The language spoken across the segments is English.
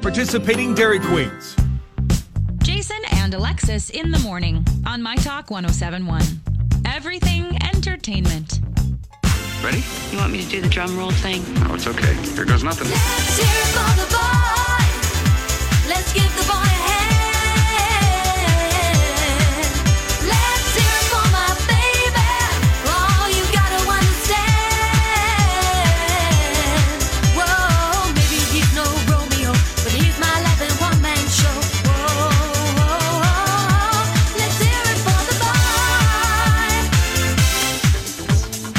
Participating Dairy Queens. Jason and Alexis in the morning on My Talk 1071. Everything entertainment. Ready? You want me to do the drum roll thing? No, it's okay. Here goes nothing. Let's hear it for the boy. Let's give the boy a hand. Let's hear it for my baby. Oh, you gotta understand. Whoa, maybe he's no Romeo, but he's my life and one man show. Whoa, let's hear it for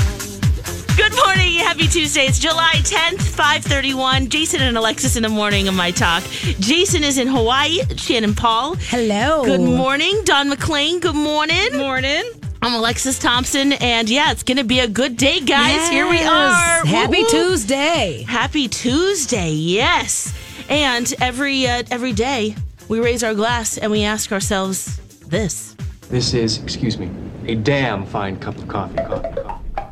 the boy. Good morning. Happy Tuesday. It's July 10th, 531. Jason and Alexis in the morning of my talk. Jason is in Hawaii. Shannon Paul. Hello. Good morning. Don McLean. Good morning. Morning. I'm Alexis Thompson. And yeah, it's going to be a good day, guys. Here we are. Happy Woo-hoo. Tuesday. Happy Tuesday. Yes. And every uh, every day we raise our glass and we ask ourselves this. This is, excuse me, a damn fine cup of coffee. Coffee, coffee, coffee, coffee.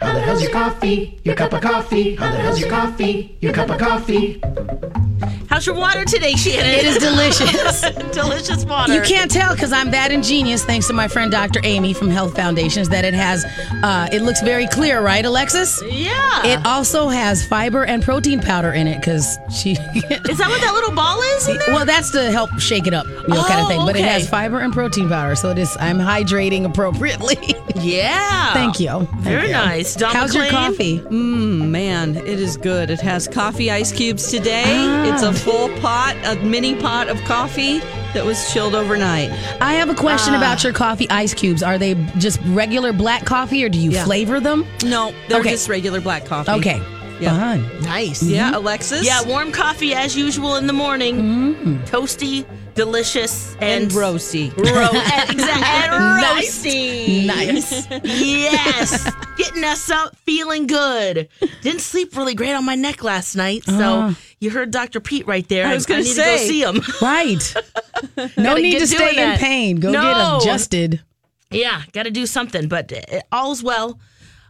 How the hell's your coffee? Your cup of coffee. How the hell's your coffee? Your cup of coffee. How's your water today, Shannon? It is delicious. delicious water. you can't tell because I'm that ingenious, thanks to my friend Dr. Amy from Health Foundations, that it has, uh, it looks very clear, right, Alexis? Yeah. It also has fiber and protein powder in it because she. Is that what that little ball is in there? Well, that's to help shake it up, you know, kind Oh, of thing. But it okay. has fiber and protein powder, so it is. I'm hydrating appropriately. yeah. Thank Oh, you. Thank Very you. nice. Don How's your McLean? coffee? Mmm, man, it is good. It has coffee ice cubes today. It's Ah. a full pot, a mini pot of coffee that was chilled overnight. Ah. I have a question about your coffee ice cubes. Are they just regular black coffee or do you Yeah. flavor them? No, they're Okay. just regular black coffee. Okay. Yeah. Fun. Mm-hmm. Nice. Yeah, Alexis? Yeah, warm coffee as usual in the morning. Mm. Toasty, delicious, and, and roasty. Ro- exactly. And Nice. roasty. Nice. yes. Getting us up, feeling good. Didn't sleep really great on my neck last night, so Uh-huh. you heard Dr. Pete right there. I was I gonna need to go say. see him. right. No Gotta need get to doing stay in that. pain. Go No. get adjusted. Yeah, got to do something, but uh, all's well.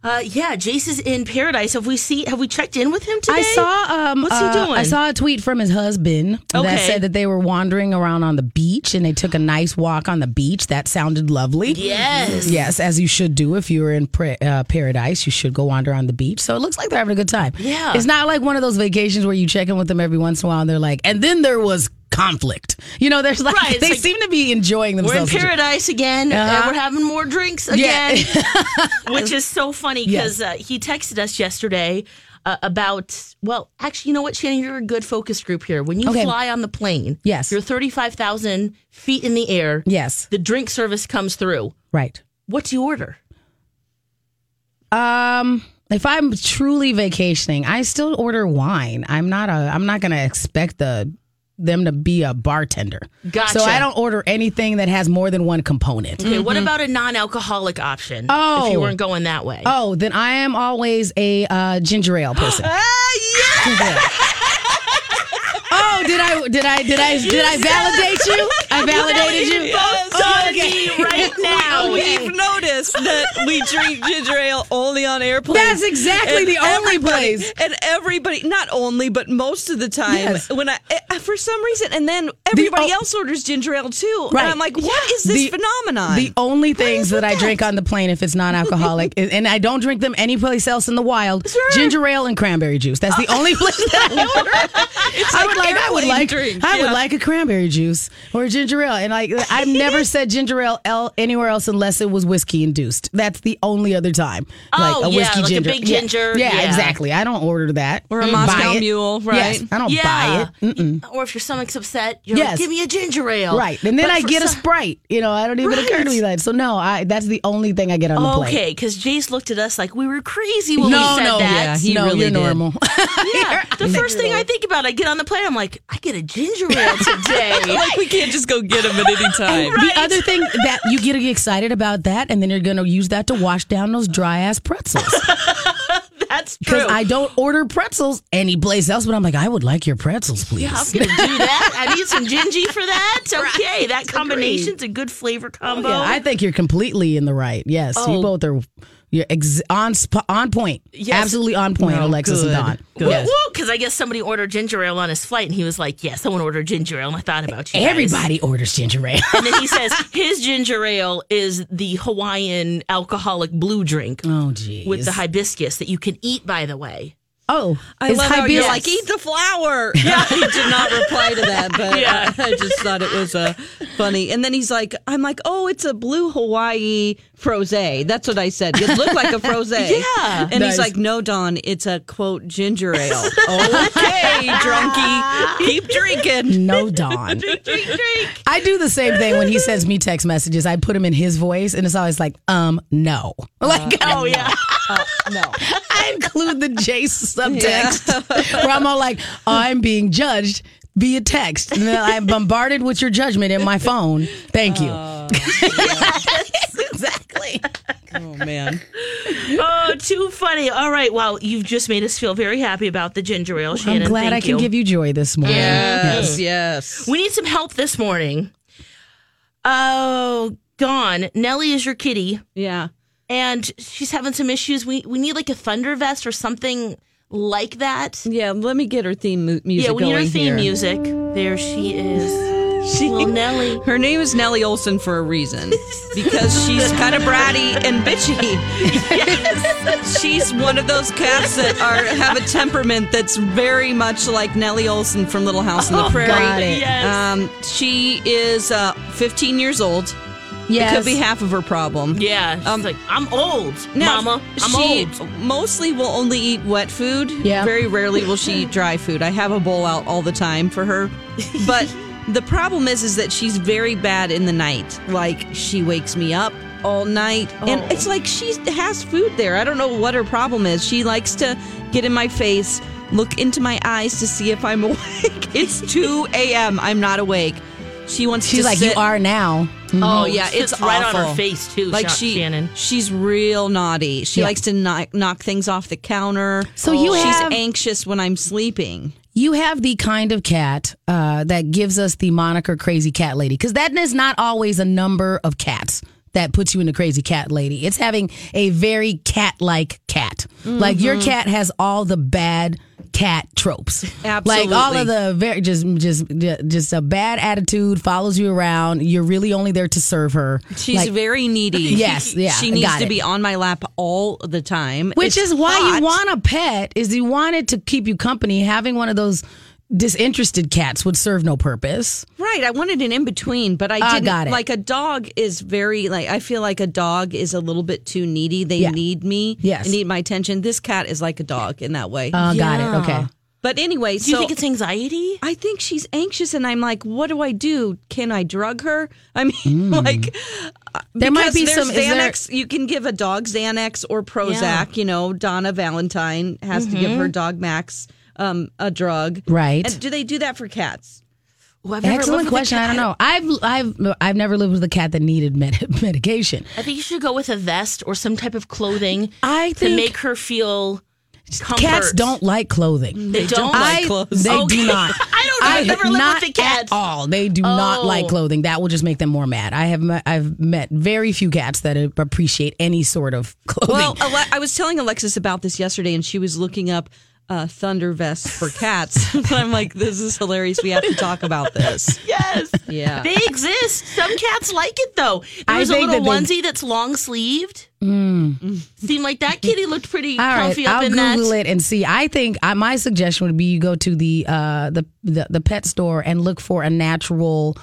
Uh, yeah, Jace is in paradise. Have we see? Have we checked in with him today? I saw um What's he uh, doing? I saw a tweet from his husband that Okay. said that they were wandering around on the beach and they took a nice walk on the beach. That sounded lovely. Yes. Yes, as you should do if you're in pra- uh, paradise, you should go wander on the beach. So it looks like they're having a good time. Yeah. It's not like one of those vacations where you check in with them every once in a while and they're like, and then there was conflict. You know, there's like, Right, it's they like- seem to be enjoying We're in themselves. paradise again, and Uh-huh. we're having more drinks Yeah. again, which is so funny because uh, he texted us yesterday uh, about. Well, actually, you know what, Shannon, you're a good focus group here. When you Okay. fly on the plane, Yes. you're thirty five thousand feet in the air. yes. The drink service comes through. Right. What do you order? Mm-hmm. Um, if I'm truly vacationing, I still order wine. I'm not a. I'm not gonna expect the them to be a bartender. Gotcha. So I don't order anything that has more than one component. Okay, what about a non alcoholic option? if Oh. you weren't going that way. Oh, then I am always a uh, ginger ale person. Ah, yeah. oh, did I did I did I did I validate you? I validated you. Oh, Both okay. right now. We've noticed that we drink ginger ale only on airplanes. That's exactly And the only everybody- place. And everybody, not only, but most of the time, Yes. when I, eh, for some reason, and then everybody o- else orders ginger ale too. Right. And I'm like, what is this The- phenomenon? The only things that I drink on the plane if it's non-alcoholic, is- and I don't drink them Uh, anyplace else in the wild, ginger ale and cranberry juice. That's the only place that I order. would plain like drink, I would yeah. like a cranberry juice or a ginger ale, and like I've never said ginger ale el- anywhere else unless it was whiskey induced. That's the only other time. Oh, yeah, like a big Yeah. ginger, Yeah, yeah. exactly. I don't order that Or a Mm. Moscow Buy it. Mule, Yes, right? I don't Yeah. buy it. Mm-mm. Or if your stomach's upset, you're Yes. like, give me a ginger ale. Right, and then But I for get a some- sprite. You know, I don't even occur to me that. So no, I that's the only thing I get on the plate. Okay, because Jace looked at us like we were crazy when no, we Oh, said no, that. Yeah, he no, really you're did. normal. Yeah, the first thing I think about, I get on the plane, I'm like, I get a ginger ale today. like we can't just go get them at any time. The other thing that you get excited about that, and then you're gonna use that to wash down those dry ass pretzels. That's true. Because I don't order pretzels anyplace else, but I'm like, I would like your pretzels, please. I'm gonna do that. I need some gingy for that. Okay, that combination's a good flavor combo. Yeah, I think you're completely in the right. Yes, you both are. You're ex- on sp- on point. Yes. Absolutely on point, No, Alexis Oh, good. and Don. Good. Woo, because I guess somebody ordered ginger ale on his flight, and he was like, "Yeah, someone ordered ginger ale." And I thought about you. guys. Everybody orders ginger ale. And then he says his ginger ale is the Hawaiian alcoholic blue drink oh, geez. with the hibiscus that you can eat. By the way, oh, I is love how you're hibiscus- like, eat the flower. Yeah, he did not reply to that, but Yeah. I, I just thought it was uh, funny. And then he's like, I'm like, oh, it's a blue Hawaii froze. That's what I said. It looked like a froze. Yeah. And Nice. he's like, no, Don, it's a quote ginger ale. okay, drunkie, keep drinking. No, Don. drink, drink. I do the same thing when he sends me text messages. I put them in his voice, and it's always like, um, no. Like, Uh, Oh yeah. No. I include the Jace subtext where I'm all like, I'm being judged via text. And then I'm bombarded with your judgment in my phone. Thank you. exactly. Oh, man. Oh, too funny. All right. Well, you've just made us feel very happy about the ginger ale, Shannon. I'm glad Thank I can give you joy this morning. Yes, yes. We need some help this morning. Oh, Dawn, Nellie is your kitty, Yeah. and she's having some issues. We we need like a thunder vest or something like that. Yeah, let me get her theme mu- music yeah, we need her going theme here. music. There she is. She- Little Nellie. Her name is Nellie Olson for a reason because she's kind of bratty and bitchy. She's one of those cats that are have a temperament that's very much like Nellie Olson from Little House on the Prairie. Oh, got it. Yes. Um, she is uh, 15 years old. Yes. It could be half of her problem. Yeah, she's Um, like, I'm old, Now, Mama. I'm she old. mostly will only eat wet food. Yeah. Very rarely will she eat dry food. I have a bowl out all the time for her. But the problem is is that she's very bad in the night. Like she wakes me up all night and Oh. it's like she has food there. I don't know what her problem is. She likes to get in my face, look into my eyes to see if I'm awake. It's 2 a.m. I'm not awake. She wants She's to like, sit you are now. Mm-hmm. Oh yeah, Sits it's right on awful. her face, too, Like Sha- she, Shannon. she's real naughty. She Yeah. likes to knock, knock things off the counter. So you she's have- anxious when I'm sleeping. You have the kind of cat uh, that gives us the moniker crazy cat lady because that is not always a number of cats that puts you in the crazy cat lady. It's having a very cat like cat. Like your Mm-hmm. cat has all the bad cat tropes. Like all Absolutely. of the very just just just a bad attitude follows you around. You're really only there to serve her. She's Like, very needy. Yes, yeah, she needs got to it. be on my lap all the time, Which It's is why hot. you want a pet is you want it to keep you company. Having one of those disinterested cats would serve no purpose. Right, I wanted an in between, but I Ah, didn't. got it. Like a dog is very like I feel like a dog is a little bit too needy. They Yeah. need me. Yes. they need my attention. This cat is like a dog in that way. Oh, got it. Okay. but anyway, Do you so think it's anxiety? I think she's anxious, and I'm like, what do I do? Can I drug her? I mean, Hmm. like, uh, There might because be there's some- is there- Xanax. You can give a dog Xanax or Prozac. You know, Donna Valentine has to give Mm-hmm. her dog Max um, a drug. Right. And do they do that for cats? Ooh, I've never lived with Excellent a question. I cat. don't know. I've I've I've never lived with a cat that needed med- medication. I think you should go with a vest or some type of clothing I to think- make her feel comfort. Cats don't like clothing. They don't I, like clothes. They do Okay. not. I don't know. I've never lived not with a cat. at all. They do not Oh. like clothing. That will just make them more mad. I have met, I've met very few cats that appreciate any sort of clothing. Well, Ale- I was telling Alexis about this yesterday, and she was looking up uh, thunder vests for cats. and I'm like, this is hilarious. We have to talk about this. Yes. Yeah. They exist. Some cats like it though. I There's a think little that onesie they- that's long sleeved. Mm. Seemed like that kitty looked pretty All right, comfy up I'll in Google that. it and see. I think uh, my suggestion would be you go to the uh, the, the the pet store and look for a natural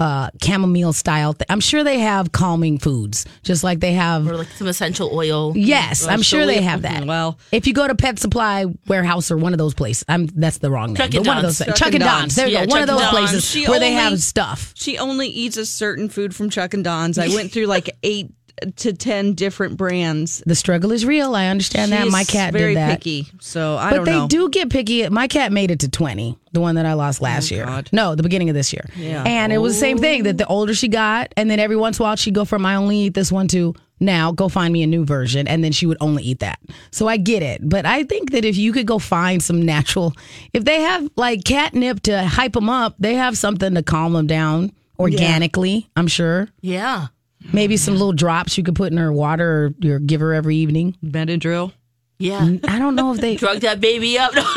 uh, chamomile style. Th- I'm sure they have calming foods, just like they have. Or like some essential oil. Yes, I'm sure they have that. Well, if you go to Pet Supply Warehouse or one of those places, I'm that's the wrong name. Chuck but and E. one of those Don's. Chuck, and Don's. There you Yeah, go. One Chuck of those and Don's. places She where they only- have stuff. She only eats a certain food from Chuck and Don's. I went through like eight to 10 different brands. The struggle is real. I understand that. She's My cat very did that. picky. So I but don't they know. Oh, do get picky. My cat made it to 20, the one that I lost last year. No, the beginning of this year. Yeah. And it was the same thing that the older she got, and then every once in a while she'd go from, I only eat this one to now go find me a new version. And then she would only eat that. So I get it. But I think that if you could go find some natural, if they have like catnip to hype them up, they have something to calm them down organically, I'm sure. Yeah. Oh, Maybe some little drops you could put in her water or, or give her every evening. Benadryl. Yeah. I don't know if they. Drug that baby up. That's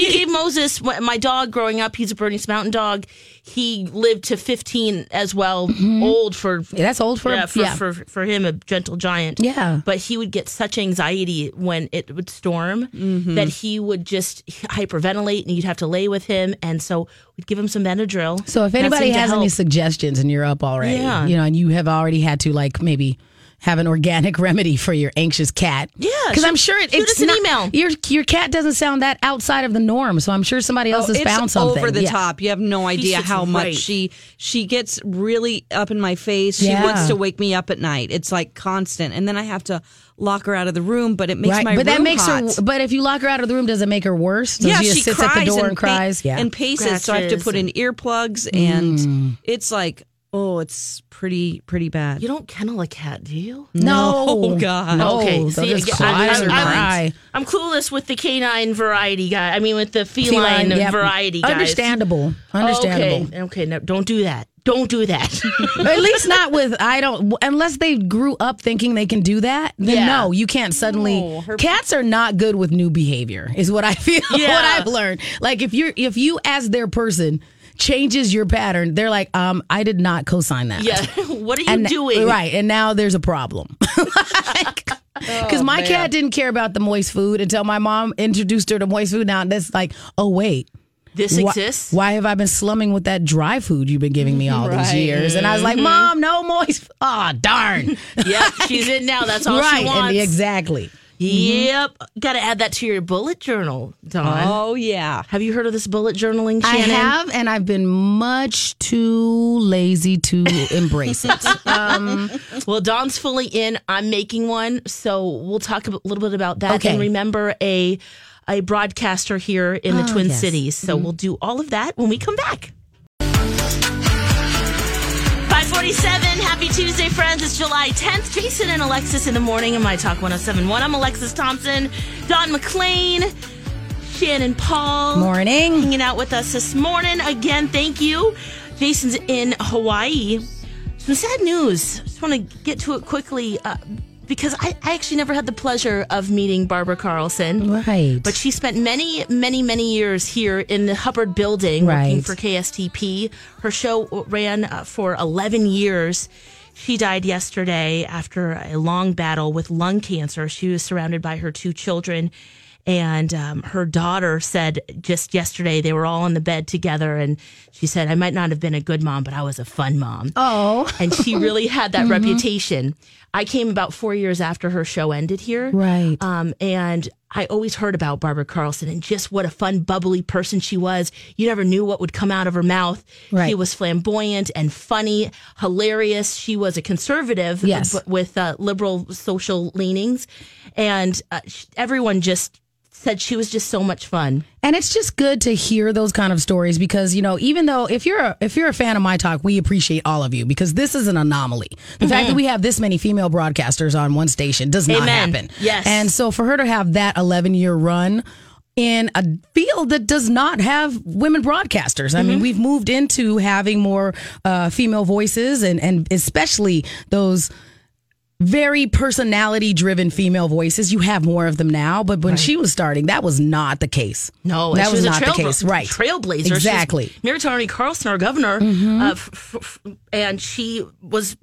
he gave Moses. My my dog growing up, he's a Bernese Mountain dog. He lived to 15 as well, old for Mm-hmm. Yeah, that's old for yeah, for, yeah. for for him a gentle giant. Yeah. But he would get such anxiety when it would storm Mm-hmm. that he would just hyperventilate and you'd have to lay with him and so we'd give him some Benadryl. So if That anybody seemed to has any help. suggestions and you're up already, Yeah. you know, and you have already had to like maybe have an organic remedy for your anxious cat. Yeah, because I'm shoot- sure it, shoot it's us an not, email. Your your cat doesn't sound that outside of the norm, so I'm sure somebody Oh, else has it's found something over the Yeah. top. You have no idea sits how right. much she she gets really up in my face. Yeah. She wants to wake me up at night. It's like constant, and then I have to lock her out of the room. But it makes right, my but that room makes hot. her. But if you lock her out of the room, does it make her worse? Does yeah, she just she sits cries at the door and, and, pa- cries. yeah, Mm. and paces. so I have to Scratches put in earplugs, and it's like oh, it's pretty pretty bad. You don't kennel a cat, do you? no, Oh, God. no, okay, they'll see, just I- cry I- or I- cry. I'm clueless with the canine variety guy. I mean, with the feline, yeah. variety guys. Understandable, understandable. Okay, okay, no, don't do that. Don't do that. At least not with I don't unless they grew up thinking they can do that. Then Yeah. no, you can't suddenly. cats are not good with new behavior. Is what I feel. Yeah. what I've learned. Like if you're if you as their person changes your pattern, they're like, um, I did not co-sign that. yeah, what are you And doing? right, and now there's a problem. Because my cat didn't care about the moist food until my mom introduced her to moist food. Now that's like, oh wait, This why- exists. Why have I been slumming with that dry food you've been giving me all these years? And I was like, Mom, no moist. Oh, darn. Yeah, she's in now. That's all right. and she wants. exactly. Yep. Got to add that to your bullet journal, Don. Oh yeah. Have you heard of this bullet journaling, I Shannon? have, and I've been much too lazy to embrace it. Um, Well, Don's fully in. I'm making one, so we'll talk a little bit about that. Okay. And remember a a broadcaster here in the Twin Ah, yes. Mm-hmm. Cities. So we'll do all of that when we come back. 547, happy Tuesday, friends. It's July 10th. Jason and Alexis in the morning on My Talk 1071. I'm Alexis Thompson, Don McLean, Shannon Paul. morning. Hanging out with us this morning. Again, thank you. Jason's in Hawaii. Some sad news. Just want to get to it quickly uh, because I, I actually never had the pleasure of meeting Barbara Carlson. Right. But she spent many, many, many years here in the Hubbard building working Right. for KSTP. Her show ran uh, for 11 years. She died yesterday after a long battle with lung cancer. She was surrounded by her two children. And um, her daughter said just yesterday they were all in the bed together. And she said, I might not have been a good mom, but I was a fun mom oh. and she really had Mm-hmm. that reputation. I came about four years after her show ended here. Right. Um, and I always heard about Barbara Carlson and just what a fun, bubbly person she was. You never knew what would come out of her mouth. She Right. was flamboyant and funny, hilarious. She was a conservative Yes. but with uh, liberal social leanings. And uh, sh- everyone just said she was just so much fun. And it's just good to hear those kind of stories because you know, even though if you're a, if you're a fan of my talk, we appreciate all of you because this is an anomaly. The fact that we have this many female broadcasters on one station does not Amen. happen. Yes. and so for her to have that 11 year run in a field that does not have women broadcasters. I mean, we've moved into having more uh, female voices and and especially those very personality driven female voices. You have more of them now, but when she was starting, that was not the case. No, and that she was, a not the trailbla- case. Right. Trailblazer. She was Exactly. married to Arnie Carlson, our governor, Mhm. uh, f- f- f- and she was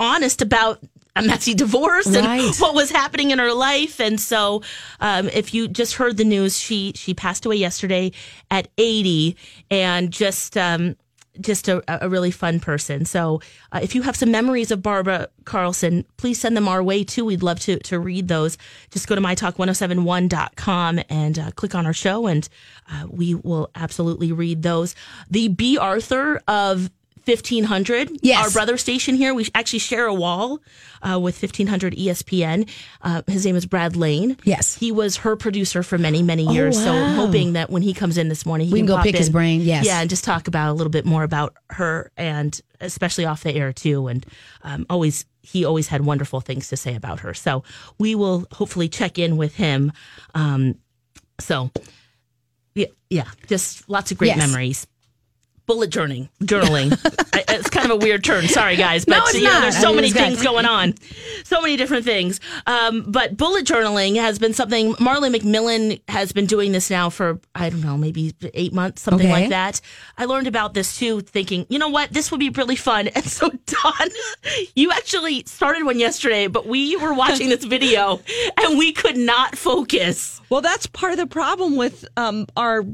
honest about a messy divorce and Right. what was happening in her life. And so, um, if you just heard the news, she she passed away yesterday at eighty, and just. Um, just a, a really fun person. So, uh, if you have some memories of Barbara Carlson, please send them our way too. We'd love to to read those. Just go to mytalk1071.com and uh, click on our show, and uh, we will absolutely read those. The B. Arthur of 1500, Yes. our brother station here, we actually share a wall uh, with 1500 ESPN. Uh, his name is Brad Lane. Yes. He was her producer for many, many Oh, years. So, I'm wow. hoping that when he comes in this morning, he We can go pop pick his in. brain, yes. Yeah, and just talk about a little bit more about her and especially off the air too. And um, always, he always had wonderful things to say about her. So we will hopefully check in with him. Um, so yeah, yeah, just lots of great Yes. memories. Bullet journaling, journaling. I, it's kind of a weird turn. Sorry, guys, but No, it's you know, not. there's I so mean, many it's good. things going on, so many different things. Um, but bullet journaling has been something Marley McMillan has been doing this now for I don't know, maybe eight months, something Okay. like that. I learned about this too, thinking, you know what, this would be really fun. And so, Don, you actually started one yesterday, but we were watching this video and we could not focus. Well, that's part of the problem with um, our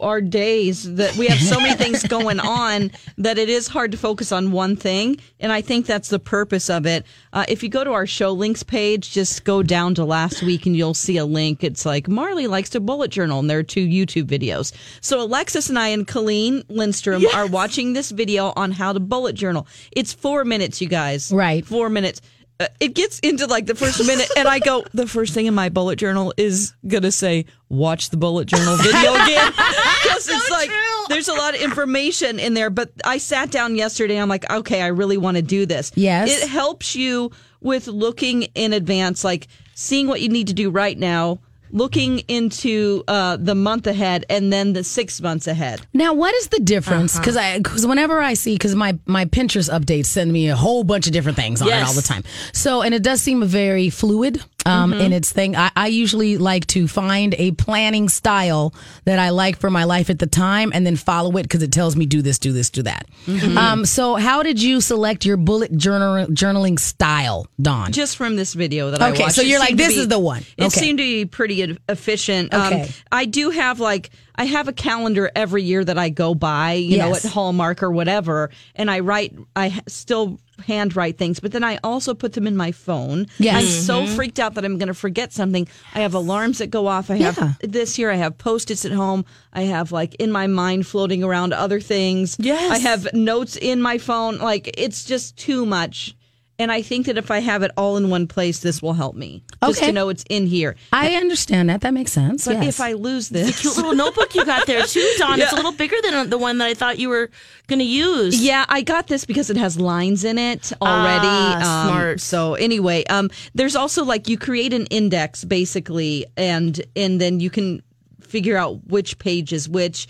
our days that we have so many things going on that it is hard to focus on one thing. And I think that's the purpose of it. Uh, if you go to our show links page, just go down to last week and you'll see a link. It's like Marley likes to bullet journal, and there are two YouTube videos. So Alexis and I and Colleen Lindstrom Yes. are watching this video on how to bullet journal. It's four minutes, you guys. Right. Four minutes. Uh, It gets into like the first minute, and I go, the first thing in my bullet journal is going to say, watch the bullet journal video again. Because it's like, there's a lot of information in there. But I sat down yesterday and I'm like, okay, I really want to do this. Yes. It helps you with looking in advance, like seeing what you need to do right now, looking into uh, the month ahead, and then the six months ahead. Now, what is the difference? Because I, because whenever I see, because my my Pinterest updates send me a whole bunch of different things on it Yes. all the time. So, and it does seem very fluid um, Mm-hmm. in its thing. I, I usually like to find a planning style that I like for my life at the time, and then follow it because it tells me do this, do this, do that. Mm-hmm. Um, so, how did you select your bullet journal journaling style, Dawn? just from this video that I Okay, watched. so it you're like, seemed to this is the one. It Okay. seemed to be pretty e- efficient. Okay. I do have like I have a calendar every year that I go by, you know, Yes. at Hallmark or whatever, and I write. I ha- still handwrite things, but then I also put them in my phone. Yes. I'm so freaked out that I'm going to forget something. I have alarms that go off. I have Yeah. this year. I have post-its at home. I have like in my mind floating around other things. Yes. I have notes in my phone. Like it's just too much. And I think that if I have it all in one place, this will help me. Just Okay. to know it's in here. I understand that. That makes sense. But yes. if I lose this, Cute little notebook you got there too, Don. It's a little bigger than the one that I thought you were going to use. Yeah, I got this because it has lines in it already. Ah, Um, smart. So anyway, um, there's also like you create an index basically, and and then you can figure out which page is which.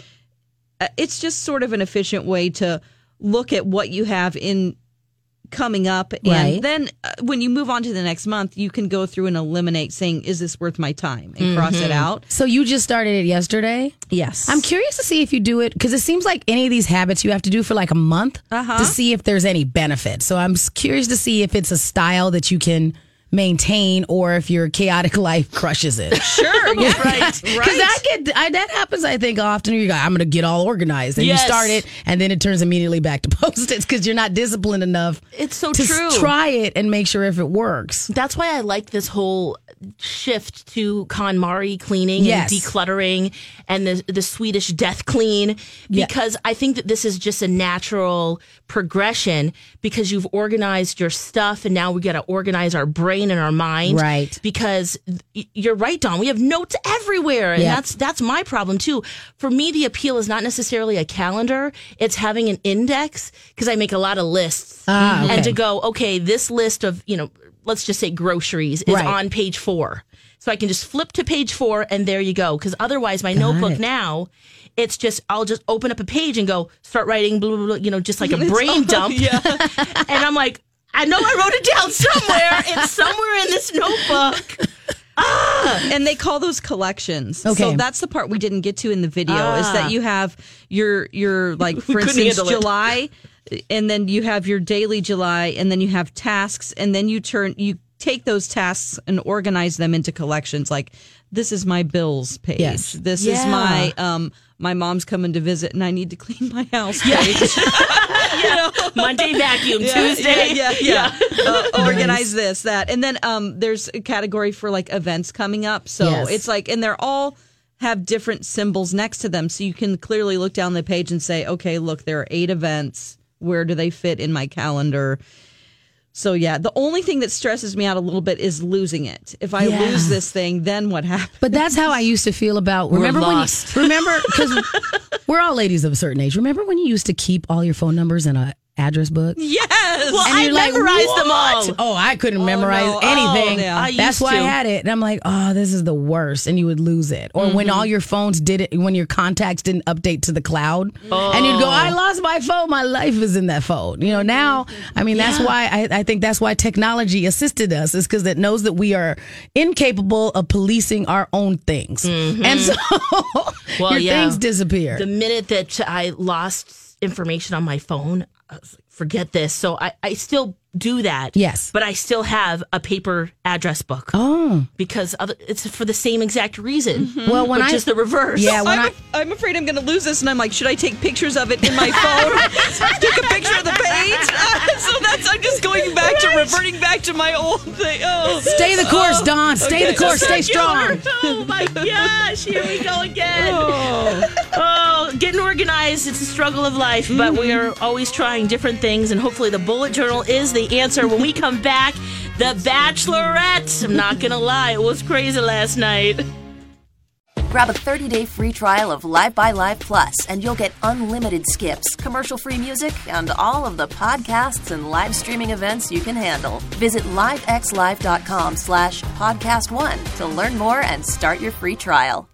Uh, It's just sort of an efficient way to look at what you have in coming up, Right. and then uh, when you move on to the next month, you can go through and eliminate saying, "Is this worth my time?" and cross it out. Mm-hmm. so you just started it yesterday. Yes, I'm curious to see if you do it because it seems like any of these habits you have to do for like a month Uh-huh. to see if there's any benefit. So I'm s- curious to see if it's a style that you can maintain or if your chaotic life crushes it. sure. yeah. Right, Because that get I, that happens, I think often. You go, I'm going to get all organized, and Yes. you start it, and then it turns immediately back to post its because you're not disciplined enough It's so to s- true. try it and make sure if it works. That's why I like this whole shift to KonMari cleaning Yes. and decluttering and the the Swedish death clean Yeah. because I think that this is just a natural progression because you've organized your stuff and now we got to organize our brain and our mind. Right. Because y- you're right, Don. We have notes everywhere and Yeah. that's that's my problem too. For me the appeal is not necessarily a calendar, it's having an index because I make a lot of lists Ah, okay. and to go, okay, this list of, you know, let's just say groceries is Right. on page four. So I can just flip to page four and there you go. Because otherwise, my notebook now, it's just, I'll just open up a page and go, start writing, blah, blah, blah, you know, just like a brain dump. And I'm like, I know I wrote it down somewhere. it's somewhere in this notebook. and they call those collections. Okay. Ah. So that's the part we didn't get to in the video is that you have your your like for We couldn't instance handle it. July and then you have your daily July and then you have tasks and then you turn you take those tasks and organize them into collections like this is my bills page. Yes. This is Yeah. my um my mom's coming to visit and I need to clean my house page. Monday vacuum, Yeah, Tuesday. Yeah, yeah. yeah. Uh, organize this, that, and then um, there's a category for like events coming up. So Yes. it's like, and they're all have different symbols next to them, so you can clearly look down the page and say, okay, look, there are eight events. Where do they fit in my calendar? So yeah, the only thing that stresses me out a little bit is losing it. If I Yeah. lose this thing, then what happens? But that's how I used to feel about. Remember lost. when? You, remember because we're all ladies of a certain age. Remember when you used to keep all your phone numbers in a address book? Yes. Well, I you're like, memorized them all. "What?" Oh, I couldn't memorize no. Oh, anything. yeah. I That's used why I to. had it. And I'm like, oh, this is the worst. And you would lose it. Or Mm-hmm. when all your phones did it, when your contacts didn't update to the cloud. Oh. And you'd go, I lost my phone. My life is in that phone. You know, now, I mean, that's why I, I think that's why technology assisted us is because it knows that we are incapable of policing our own things. And so Well, your Oh, yeah. things disappear. The minute that I lost information on my phone, I was like, forget this. So I, I still do that. Yes. But I still have a paper address book oh, because other, it's for the same exact reason. well, mm-hmm. when but I. just the reverse. yeah, I'm, when I, af- I'm afraid I'm going to lose this, and I'm like, should I take pictures of it in my phone? take a picture of the page. so that's I'm just going back to reverting back to my old thing. Oh, Stay the course, Dawn. Stay the course. Stay strong. Oh my gosh, here we go again. Oh. getting organized, it's a struggle of life, but we are Mm-hmm. always trying different things, and hopefully, the bullet journal is the answer. When we come back, The Bachelorette. I'm not going to lie, it was crazy last night. Grab a 30-day free trial of Live by Live Plus, and you'll get unlimited skips, commercial-free music, and all of the podcasts and live streaming events you can handle. Visit livexlive.com slash podcast one to learn more and start your free trial.